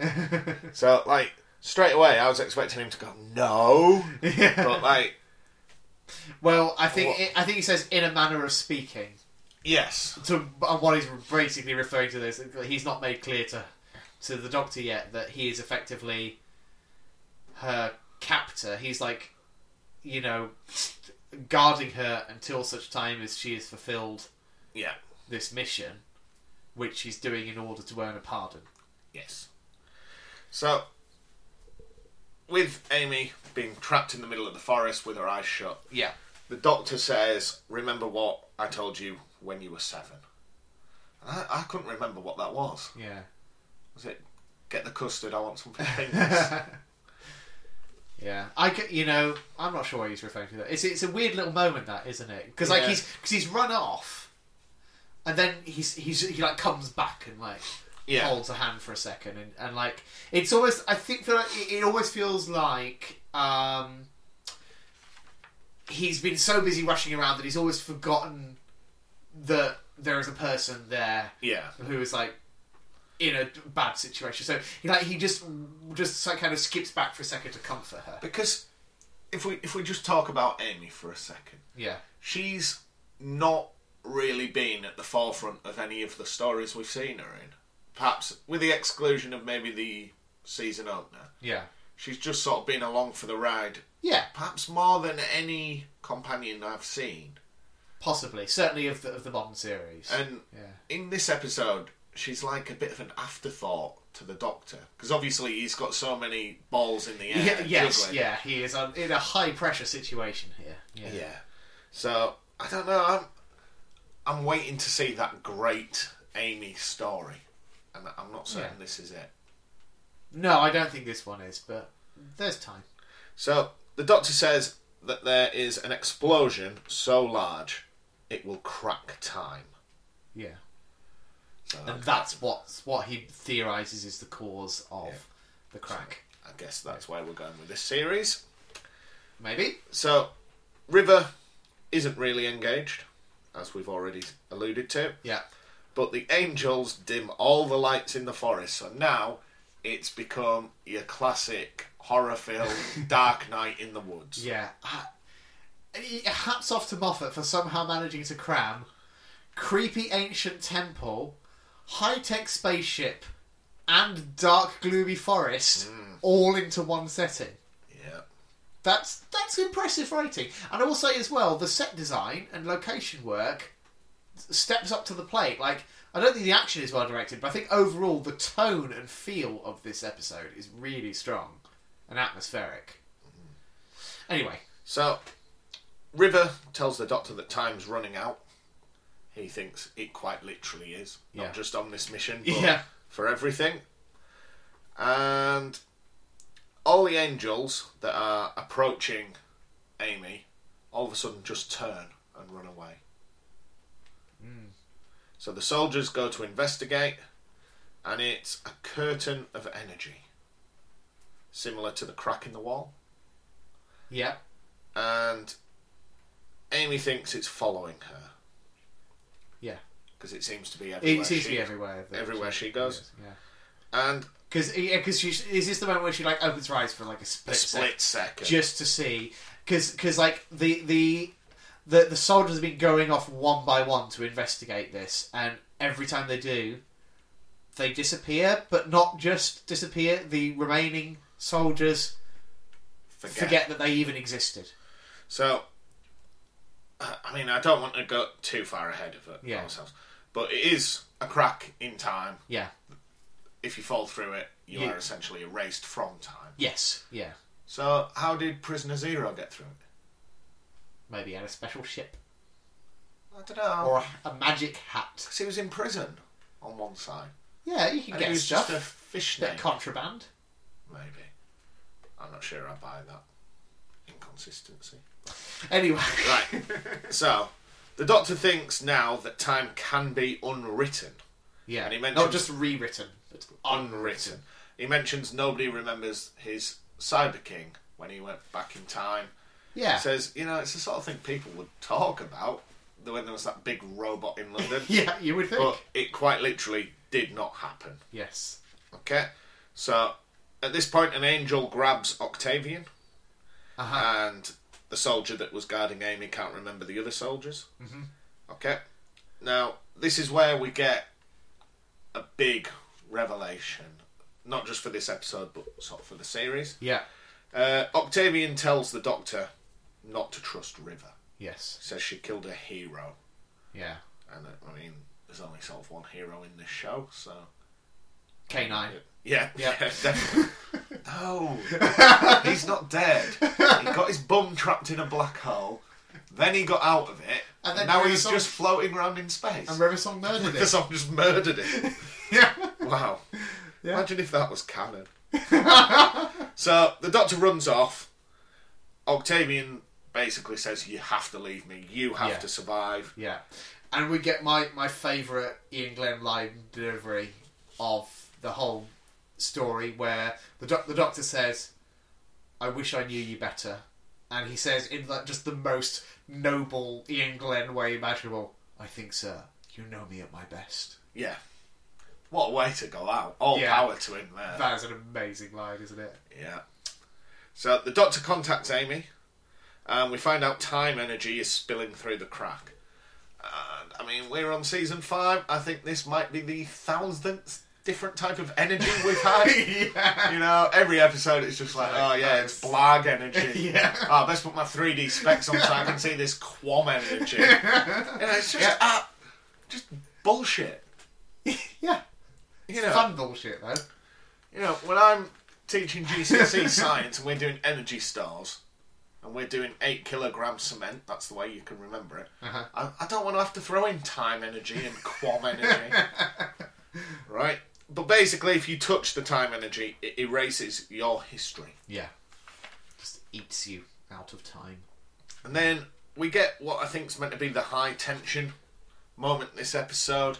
of." so, like straight away, I was expecting him to go, "No," but like,
well, I think
What-
it, I think he says in a manner of speaking.
yes,
To and what he's basically referring to this, that he's not made clear to to the doctor yet that he is effectively her captor. He's like, you know, guarding her until such time as she has fulfilled
Yeah.
this mission, which she's doing in order to earn a pardon.
Yes. So, with Amy being trapped in the middle of the forest with her eyes shut,
Yeah.
the doctor says, Remember what I told you when you were seven. I, I couldn't remember what that was.
Yeah.
Was it, Get the custard, I want some fingers?
Yeah, I c- you know I'm not sure what he's referring to that. It's it's a weird little moment that isn't it? Because like
Yeah.
he's because he's run off, and then he's he's he like comes back and like
yeah.
holds a hand for a second and, and like it's almost I think feel like it, it always feels like um he's been so busy rushing around that he's always forgotten that there is a person there
Yeah.
who is like in a bad situation. So he like he just just like, kind of skips back for a second to comfort her.
Because if we if we just talk about Amy for a second,
Yeah.
she's not really been at the forefront of any of the stories we've seen her in. Perhaps with the exclusion of maybe the season opener.
Yeah.
She's just sort of been along for the ride,
Yeah,
perhaps more than any companion I've seen.
possibly. Certainly of the of the modern series.
And
yeah.
in this episode, she's like a bit of an afterthought to the Doctor. Because obviously he's got so many balls in the air.
Yeah, yes,
juggling.
yeah, he is on, in a high pressure situation here. Yeah.
Yeah. So I don't know. I'm I'm waiting to see that great Amy story, and I'm not certain
Yeah.
this is it.
No, I don't think this one is, but there's time.
So the doctor says that there is an explosion so large it will crack time.
Yeah.
So
And that's what's what he theorizes is the cause of
Yeah.
the crack.
I guess that's where we're going with this series.
Maybe.
So River isn't really engaged, as we've already alluded to.
Yeah.
But the angels dim all the lights in the forest, so now it's become your classic horror film Dark Night in the Woods.
Yeah. Ha- Hats off to Moffat for somehow managing to cram creepy ancient temple, high tech spaceship, and dark gloomy forest all into one setting.
Yeah.
That's that's impressive writing, and I will say as well, the set design and location work s- steps up to the plate. Like I don't think the action is well directed, but I think overall the tone and feel of this episode is really strong and atmospheric. Anyway,
So River tells the doctor that time's running out. He thinks it quite literally is, not
Yeah.
just on this mission, but
Yeah.
for everything. And all the angels that are approaching Amy all of a sudden just turn and run away.
Hmm.
So the soldiers go to investigate, and it's a curtain of energy, similar to the crack in the wall.
yeah,
And Amy thinks it's following her
yeah,
because it seems to be everywhere.
it seems to
she-
be everywhere. that
everywhere she goes.
Yeah,
And
because yeah, because she is this the moment where she like opens her eyes for like a
a
split, second?
split second.
just to see because like the the the the soldiers have been going off one by one to investigate this and every time they do they disappear but not just disappear the remaining soldiers
forget.
forget that they even existed
So, I I mean, I don't want to go too far ahead of it
Yeah.
ourselves, but it is a crack in time.
yeah
If you fall through it, you
Yeah.
are essentially erased from time.
yes yeah
So, how did Prisoner Zero get through it?
maybe had a special ship
I don't know.
or a, a magic hat
Because he was in prison on one side.
yeah you can
And it
get
was
stuff
just a
bit of
fishnet,
contraband
maybe. I'm not sure I buy that inconsistency.
anyway
Right. so, the Doctor thinks now that time can be unwritten.
yeah
And he
not
mentions-
just rewritten but
unwritten. He mentions nobody remembers his Cyber King when he went back in time.
yeah
Says, you know, it's the sort of thing people would talk about when there was that big robot in London.
yeah you would think
But it quite literally did not happen.
yes
Okay? So at this point, an angel grabs Octavian,
uh-huh
and the soldier that was guarding Amy can't remember the other soldiers. Mm-hmm. Okay? Now, this is where we get a big revelation, not just for this episode, but sort of for the series.
yeah
Uh, Octavian tells the Doctor not to trust River.
Yes.
Says she killed a hero,
Yeah.
and uh, I mean, there's only sort of one hero in this show, so
K9.
yeah,
Yeah.
definitely. no, he's not dead. He got his bum trapped in a black hole. Then he got out of it,
And
and,
then
now
there was
he's
some-
just floating around in space.
And River Song murdered
Because
it.
I've just murdered it.
yeah.
Wow.
Yeah.
Imagine if that was canon. so the doctor runs off. Octavian basically says, You have to leave me. You have
Yeah.
to survive.
Yeah. And we get my, my favourite Ian Glenn line delivery of the whole story where the, doc- the doctor says, I wish I knew you better. And he says, in like, just the most noble Ian Glenn way imaginable, I think, sir, you know me at my best.
Yeah. What a way to go out. All
Yeah.
power to him there.
That is an amazing line, isn't it?
yeah. So the doctor contacts Amy, and we find out time energy is spilling through the crack. And I mean, we're on season five. I think this might be the thousandth different type of energy we've had.
yeah.
You know, every episode it's just like, oh yeah, it's blag energy.
Yeah.
Oh, I best put my 3D specs on so I can see this quam energy. You know, it's just,
Yeah.
uh, just bullshit.
yeah.
You know,
Fun bullshit, though.
you know, when I'm teaching GCSE E science and we're doing energy stars and we're doing eight kilogram cement, that's the way you can remember it.
Uh-huh.
I, I don't want to have to throw in time energy and quam energy, right? But basically, if you touch the time energy, it erases your history.
Yeah. Just eats you out of time.
And then we get what I think's meant to be the high tension moment this episode,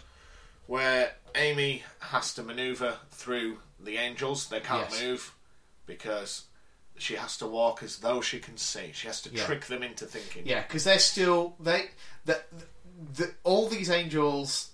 where Amy has to maneuver through the angels. They can't
Yes.
move because she has to walk as though she can see. She has to
Yeah.
trick them into thinking.
Yeah, because they're still they that the, all these angels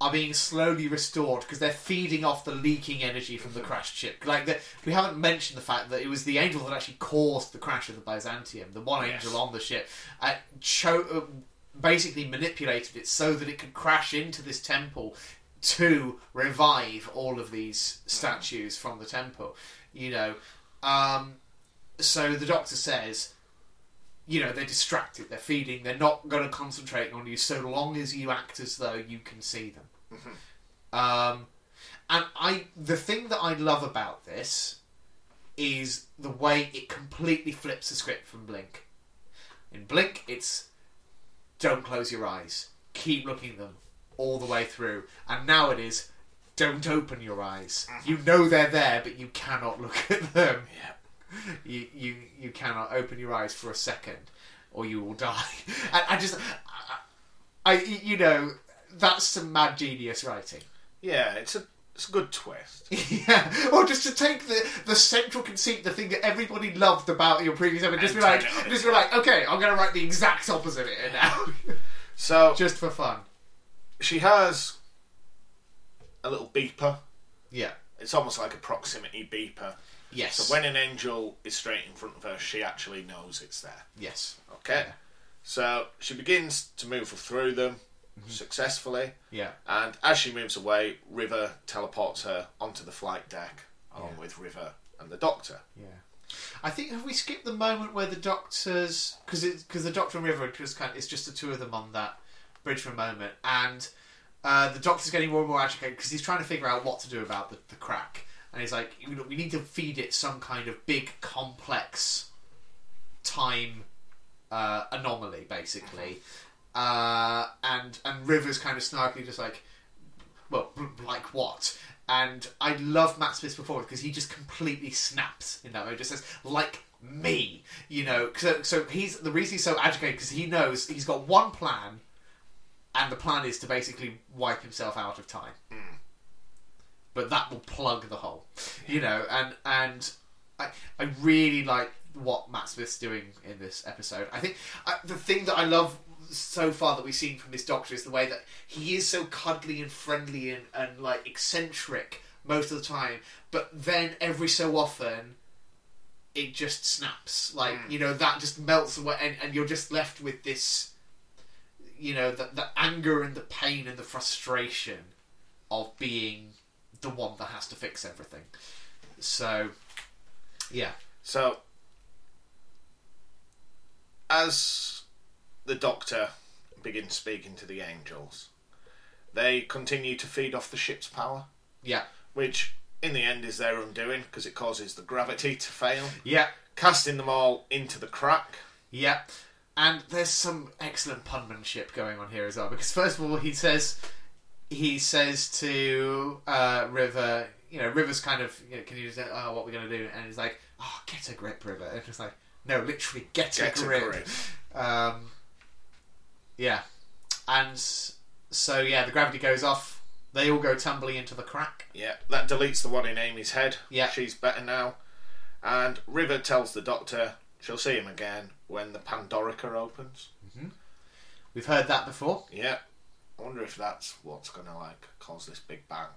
are being slowly restored because they're feeding off the leaking energy from the crashed ship. Like the, we haven't mentioned the fact that it was the angel that actually caused the crash of the Byzantium. The one
Yes.
angel on the ship uh, cho- uh, basically manipulated it so that it could crash into this temple to revive all of these statues from the temple. You know. Um, so the doctor says, you know, they're distracted, they're feeding, they're not going to concentrate on you so long as you act as though you can see them. Um, and I, the thing that I love about this is the way it completely flips the script from Blink. In Blink, it's don't close your eyes, keep looking at them all the way through, and now it is don't open your eyes. You know they're there, but you cannot look at them
Yeah.
you you you cannot open your eyes for a second, or you will die. I, I just, I, I, you know, that's some mad genius writing.
Yeah, it's a it's a good twist.
yeah, or just to take the the central conceit, the thing that everybody loved about your previous episode, just be
And
like,
turn it on its
just be like, okay, I'm gonna write the exact opposite of it now,
So
just for fun.
she has a little beeper.
Yeah.
It's almost like a proximity beeper.
Yes.
So when an angel is straight in front of her, she actually knows it's there.
yes.
Okay.
Yeah.
So she begins to move through them
Mm-hmm.
successfully,
Yeah.
and as she moves away, River teleports her onto the flight deck along
Yeah.
with River and the Doctor.
Yeah. I think have we skipped the moment where the doctors because because the Doctor and River are just kind of, it's just the two of them on that bridge for a moment and uh, the Doctor's getting more and more agitated because he's trying to figure out what to do about the, the crack and he's like you know, we need to feed it some kind of big complex time uh, anomaly basically uh, and and River's kind of snarkily just like well, b- like what? And I love Matt Smith's performance because he just completely snaps in that moment. Just says, like me, you know. So, so he's the reason he's so agitated because he knows he's got one plan, and the plan is to basically wipe himself out of time. But that will plug the hole, you know. And and I I really like what Matt Smith's doing in this episode. I think I, the thing that I love so far that we've seen from this Doctor is the way that he is so cuddly and friendly and, and like eccentric most of the time, but then every so often it just snaps. Like you know that just melts away, and, and you're just left with this, you know, the, the anger and the pain and the frustration of being the one that has to fix everything. So, yeah.
So, as the Doctor begins speaking to the angels, they continue to feed off the ship's power,
Yeah.
which in the end is their undoing because it causes the gravity to fail,
Yeah.
casting them all into the crack.
Yeah. And there's some excellent punmanship going on here as well. Because first of all, he says he says to uh, River, you know, River's kind of, you know, can you say, oh, what we're going to do? And he's like, oh, get a grip, River. And it's like, no, literally, get,
Get
a
a
grip.
grip.
Um, yeah. And so, yeah, the gravity goes off. They all go tumbling into the crack.
Yeah, that deletes the one in Amy's head.
Yeah.
She's better now. And River tells the Doctor she'll see him again when the Pandorica opens.
We've heard that before.
Yeah. I wonder if that's what's going to, like, cause this big bang.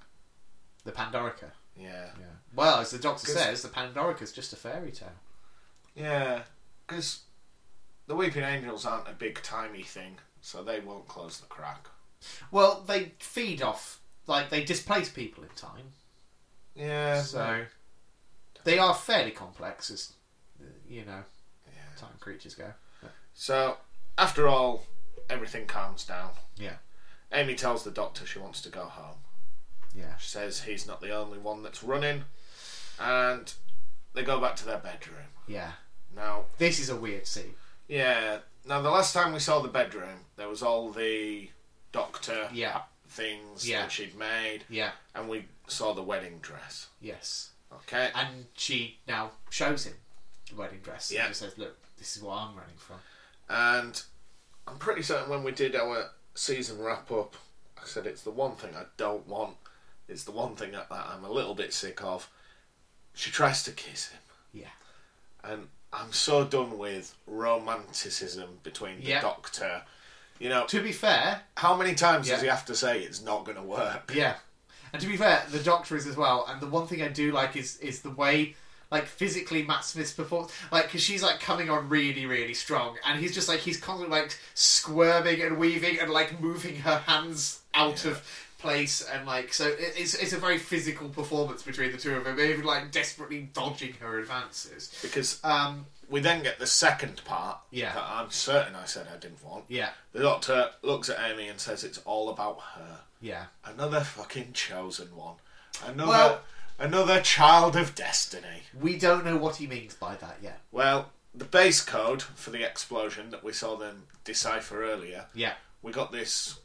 The Pandorica.
Yeah.
Yeah. Well, as the Doctor
'Cause-
says, the Pandorica's just a fairy tale.
Yeah, because the Weeping Angels aren't a big timey thing, so they won't close the crack.
Well, they feed off, like they displace people in time,
Yeah.
so they are fairly complex as uh, you know
Yeah.
time creatures go.
So, after all, everything calms down.
Yeah,
Amy tells the doctor she wants to go home.
yeah,
She says he's not the only one that's running, and they go back to their bedroom.
yeah.
Now,
This is a weird scene.
yeah, now the last time we saw the bedroom, there was all the doctor
Yeah,
things
Yeah.
that she'd made,
yeah,
and we saw the wedding dress.
yes.
Okay.
And she now shows him the wedding dress.
Yeah.
and just says, "Look, this is what I'm running from."
And I'm pretty certain when we did our season wrap up, I said it's the one thing I don't want. It's the one thing that that I'm a little bit sick of. She tries to kiss him.
Yeah.
And I'm so done with romanticism between the
Yeah.
doctor. You know,
To be fair,
how many times
Yeah.
does he have to say it's not going to work?
Yeah, and to be fair, the Doctor is as well. And the one thing I do like is is the way. Like physically, Matt Smith's performance, like because she's like coming on really, really strong, and he's just like he's constantly like squirming and weaving and like moving her hands out
Yeah.
of place, and like so it, it's it's a very physical performance between the two of them, even like desperately dodging her advances.
Because
Um,
we then get the second part
Yeah.
that I'm certain I said I didn't want.
yeah,
The doctor looks at Amy and says it's all about her.
yeah,
Another fucking chosen one. Another
Well-
another child of destiny.
we don't know what he means by that yet.
Well, the base code for the explosion that we saw them decipher earlier,
Yeah,
we got this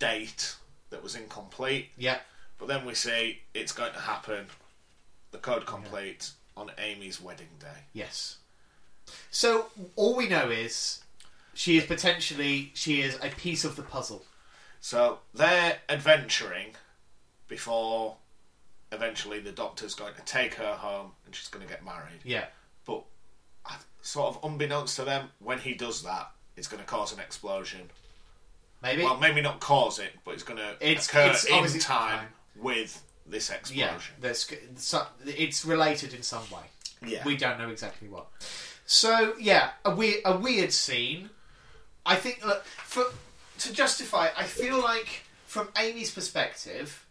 date that was incomplete,
yeah,
but then we see it's going to happen. The code complete on Amy's wedding day.
Yes. So all we know is she is potentially she is a piece of the puzzle.
So they're adventuring before eventually the doctor's going to take her home and she's going to get married.
Yeah.
But I- sort of unbeknownst to them, when he does that, it's going to cause an explosion.
Maybe.
Well, maybe not cause it, but it's going to
It's-
occur
it's
in
obviously-
time, with this
yeah.
explosion.
That's so- it's related in some way.
Yeah.
We don't know exactly what. So yeah, a weird a weird scene. I think look, for to justify, I feel like from Amy's perspective,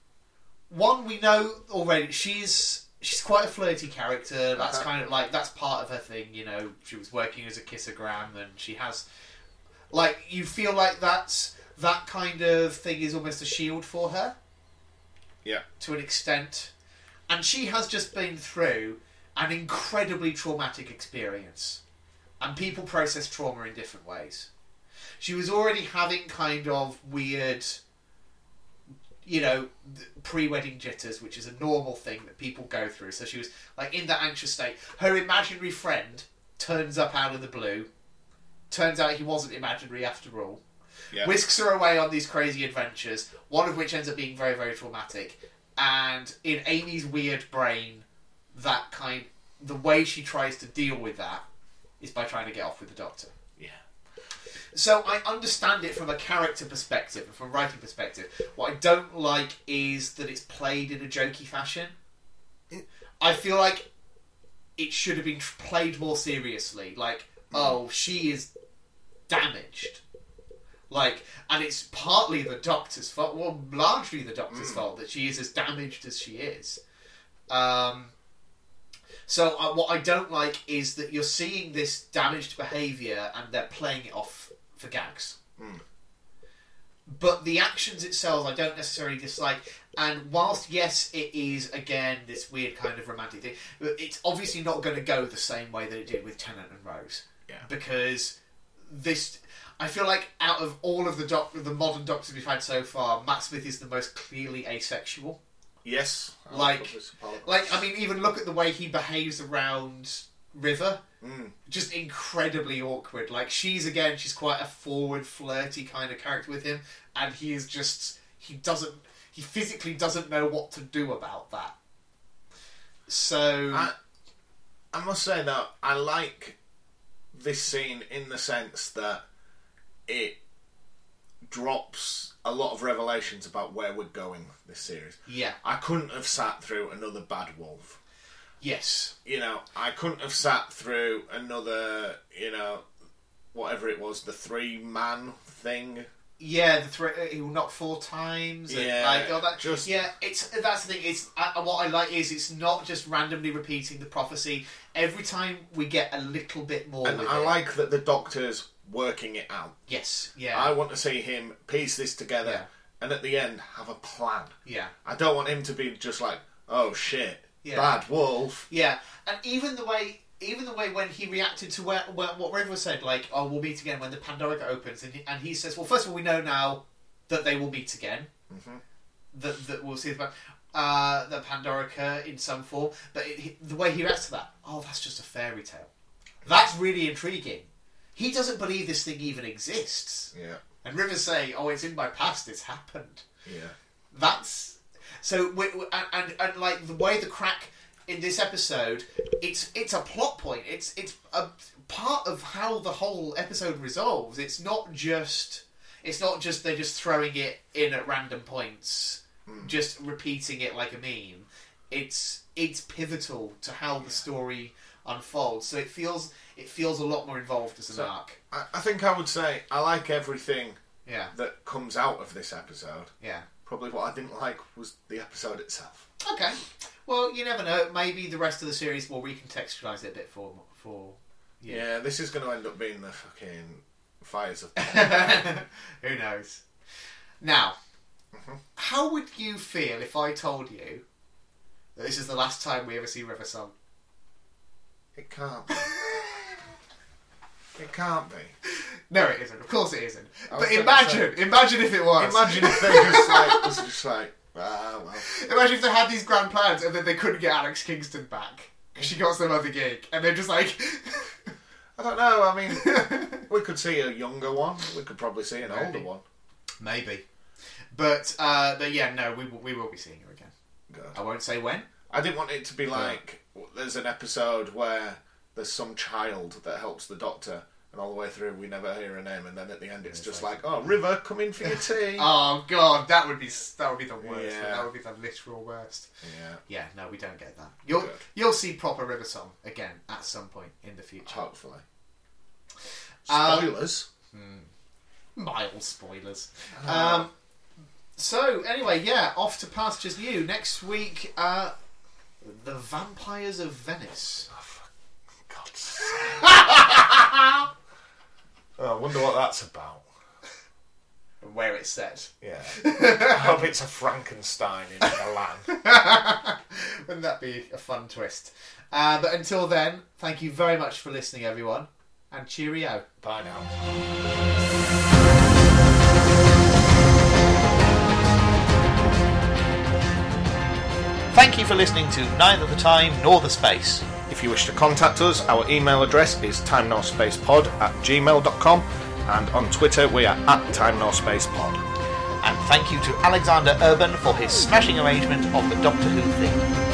one we know already she's she's quite a flirty character. That's
Uh-huh.
kind of like that's part of her thing. You know, she was working as a kissogram, and she has like you feel like that's that kind of thing is almost a shield for her
yeah.
to an extent. And she has just been through an incredibly traumatic experience. And people process trauma in different ways. She was already having kind of weird, you know, pre wedding jitters, which is a normal thing that people go through. So she was like in that anxious state. Her imaginary friend turns up out of the blue. Turns out he wasn't imaginary after all
Yeah.
whisks her away on these crazy adventures, one of which ends up being very, very traumatic. And in Amy's weird brain, that kind, the way she tries to deal with that is by trying to get off with the doctor.
yeah.
So I understand it from a character perspective and from writing perspective. What I don't like is that it's played in a jokey fashion. I feel like it should have been tr- played more seriously. Like, oh, she is damaged. Like, and it's partly the doctor's fault, well, largely the doctor's fault that she is as damaged as she is. Um, so uh, what I don't like is that you're seeing this damaged behaviour and they're playing it off for gags. But the actions itself, I don't necessarily dislike. And whilst yes, it is again this weird kind of romantic thing, but it's obviously not going to go the same way that it did with Tennant and Rose.
Yeah.
Because this, I feel like out of all of the doc, the modern Doctors we've had so far, Matt Smith is the most clearly asexual.
Yes. I'll
Like-
put this apart.
Like, I mean, even look at the way he behaves around River.
Mm.
Just incredibly awkward. Like, she's again, she's quite a forward, flirty kind of character with him, and he is just, he doesn't, he physically doesn't know what to do about that. So,
I, I must say though, I like this scene in the sense that it drops a lot of revelations about where we're going with this series.
yeah,
I couldn't have sat through another Bad Wolf.
yes,
You know, I couldn't have sat through another, you know, whatever it was, the three man thing.
yeah. The three, uh, he will knock four times. And,
Yeah,
like, all that.
just-
yeah. It's that's the thing. It's I, what I like is it's not just randomly repeating the prophecy. Every time we get a little bit more.
And
with
I
it.
like that the doctor's working it out.
Yes. Yeah.
I want to see him piece this together
Yeah.
and at the end have a plan.
Yeah.
I don't want him to be just like, oh shit,
Yeah.
bad wolf.
Yeah. And even the way even the way when he reacted to where, where what River said, like, oh we'll meet again when the Pandora opens and he, and he says, Well first of all we know now that they will meet again.
Mhm.
That that we'll see the uh, the Pandorica in some form, but it, he- the way he reacts to that, oh, that's just a fairy tale. That's really intriguing. He doesn't believe this thing even exists,
Yeah,
and River's saying, "Oh, it's in my past. It's happened."
yeah.
That's so. We, we- and, and and like the way the crack in this episode, it's it's a plot point. It's it's a part of how the whole episode resolves. It's not just it's not just they're just throwing it in at random points, just repeating it like a meme. It's it's pivotal to how the story unfolds. So it feels it feels a lot more involved as an
So-
arc.
I, I think I would say I like everything
Yeah,
that comes out of this episode.
yeah.
Probably what I didn't like was the episode itself.
Okay. Well, you never know. Maybe the rest of the series will recontextualize it a bit for for.
Yeah,
Yeah.
this is going to end up being the fucking fires of.
Who knows? Now,
Mhm.
how would you feel if I told you that this is the last time we ever see River Song?
it can't. Be. It can't be.
No, it isn't. Of course, it isn't.
I was
But
gonna
imagine, imagine if it was.
Imagine if they just like was just like ah well.
Imagine if they had these grand plans and then they couldn't get Alex Kingston back because she got some other gig, and they're just like.
I don't know. I mean, we could see a younger one. We could probably see an older
Maybe.
one.
Maybe. But uh, but yeah, no, we will- we will be seeing her again.
God.
I won't say when.
I didn't want it to be like there's an episode where there's some child that helps the doctor, and all the way through we never hear her name, and then at the end it's just like, Uh, oh, River, come in for your tea.
Oh god, that would be s- that would be the worst.
Yeah.
That would be the literal worst.
Yeah,
Yeah, no, we don't get that. You'll
Good.
you'll see proper River Song again at some point in the future.
hopefully. uh,
Um,
Spoilers.
Mild spoilers.
Ah.
Um, so anyway, yeah, off to pastures new next week. Uh, the Vampires of Venice.
oh, for God's sake. Oh, I wonder what that's about.
Where it's set.
Yeah. I hope it's a Frankenstein in Milan.
Wouldn't that be a fun twist? Uh, but until then, thank you very much for listening, everyone, and cheerio.
Bye now.
Thank you for listening to Neither the Time nor the Space.
If you wish to contact us, our email address is timenorspacepod at gmail.com and on Twitter we are at timenorspacepod.
and thank you to Alexander Urban for his smashing arrangement of the Doctor Who theme.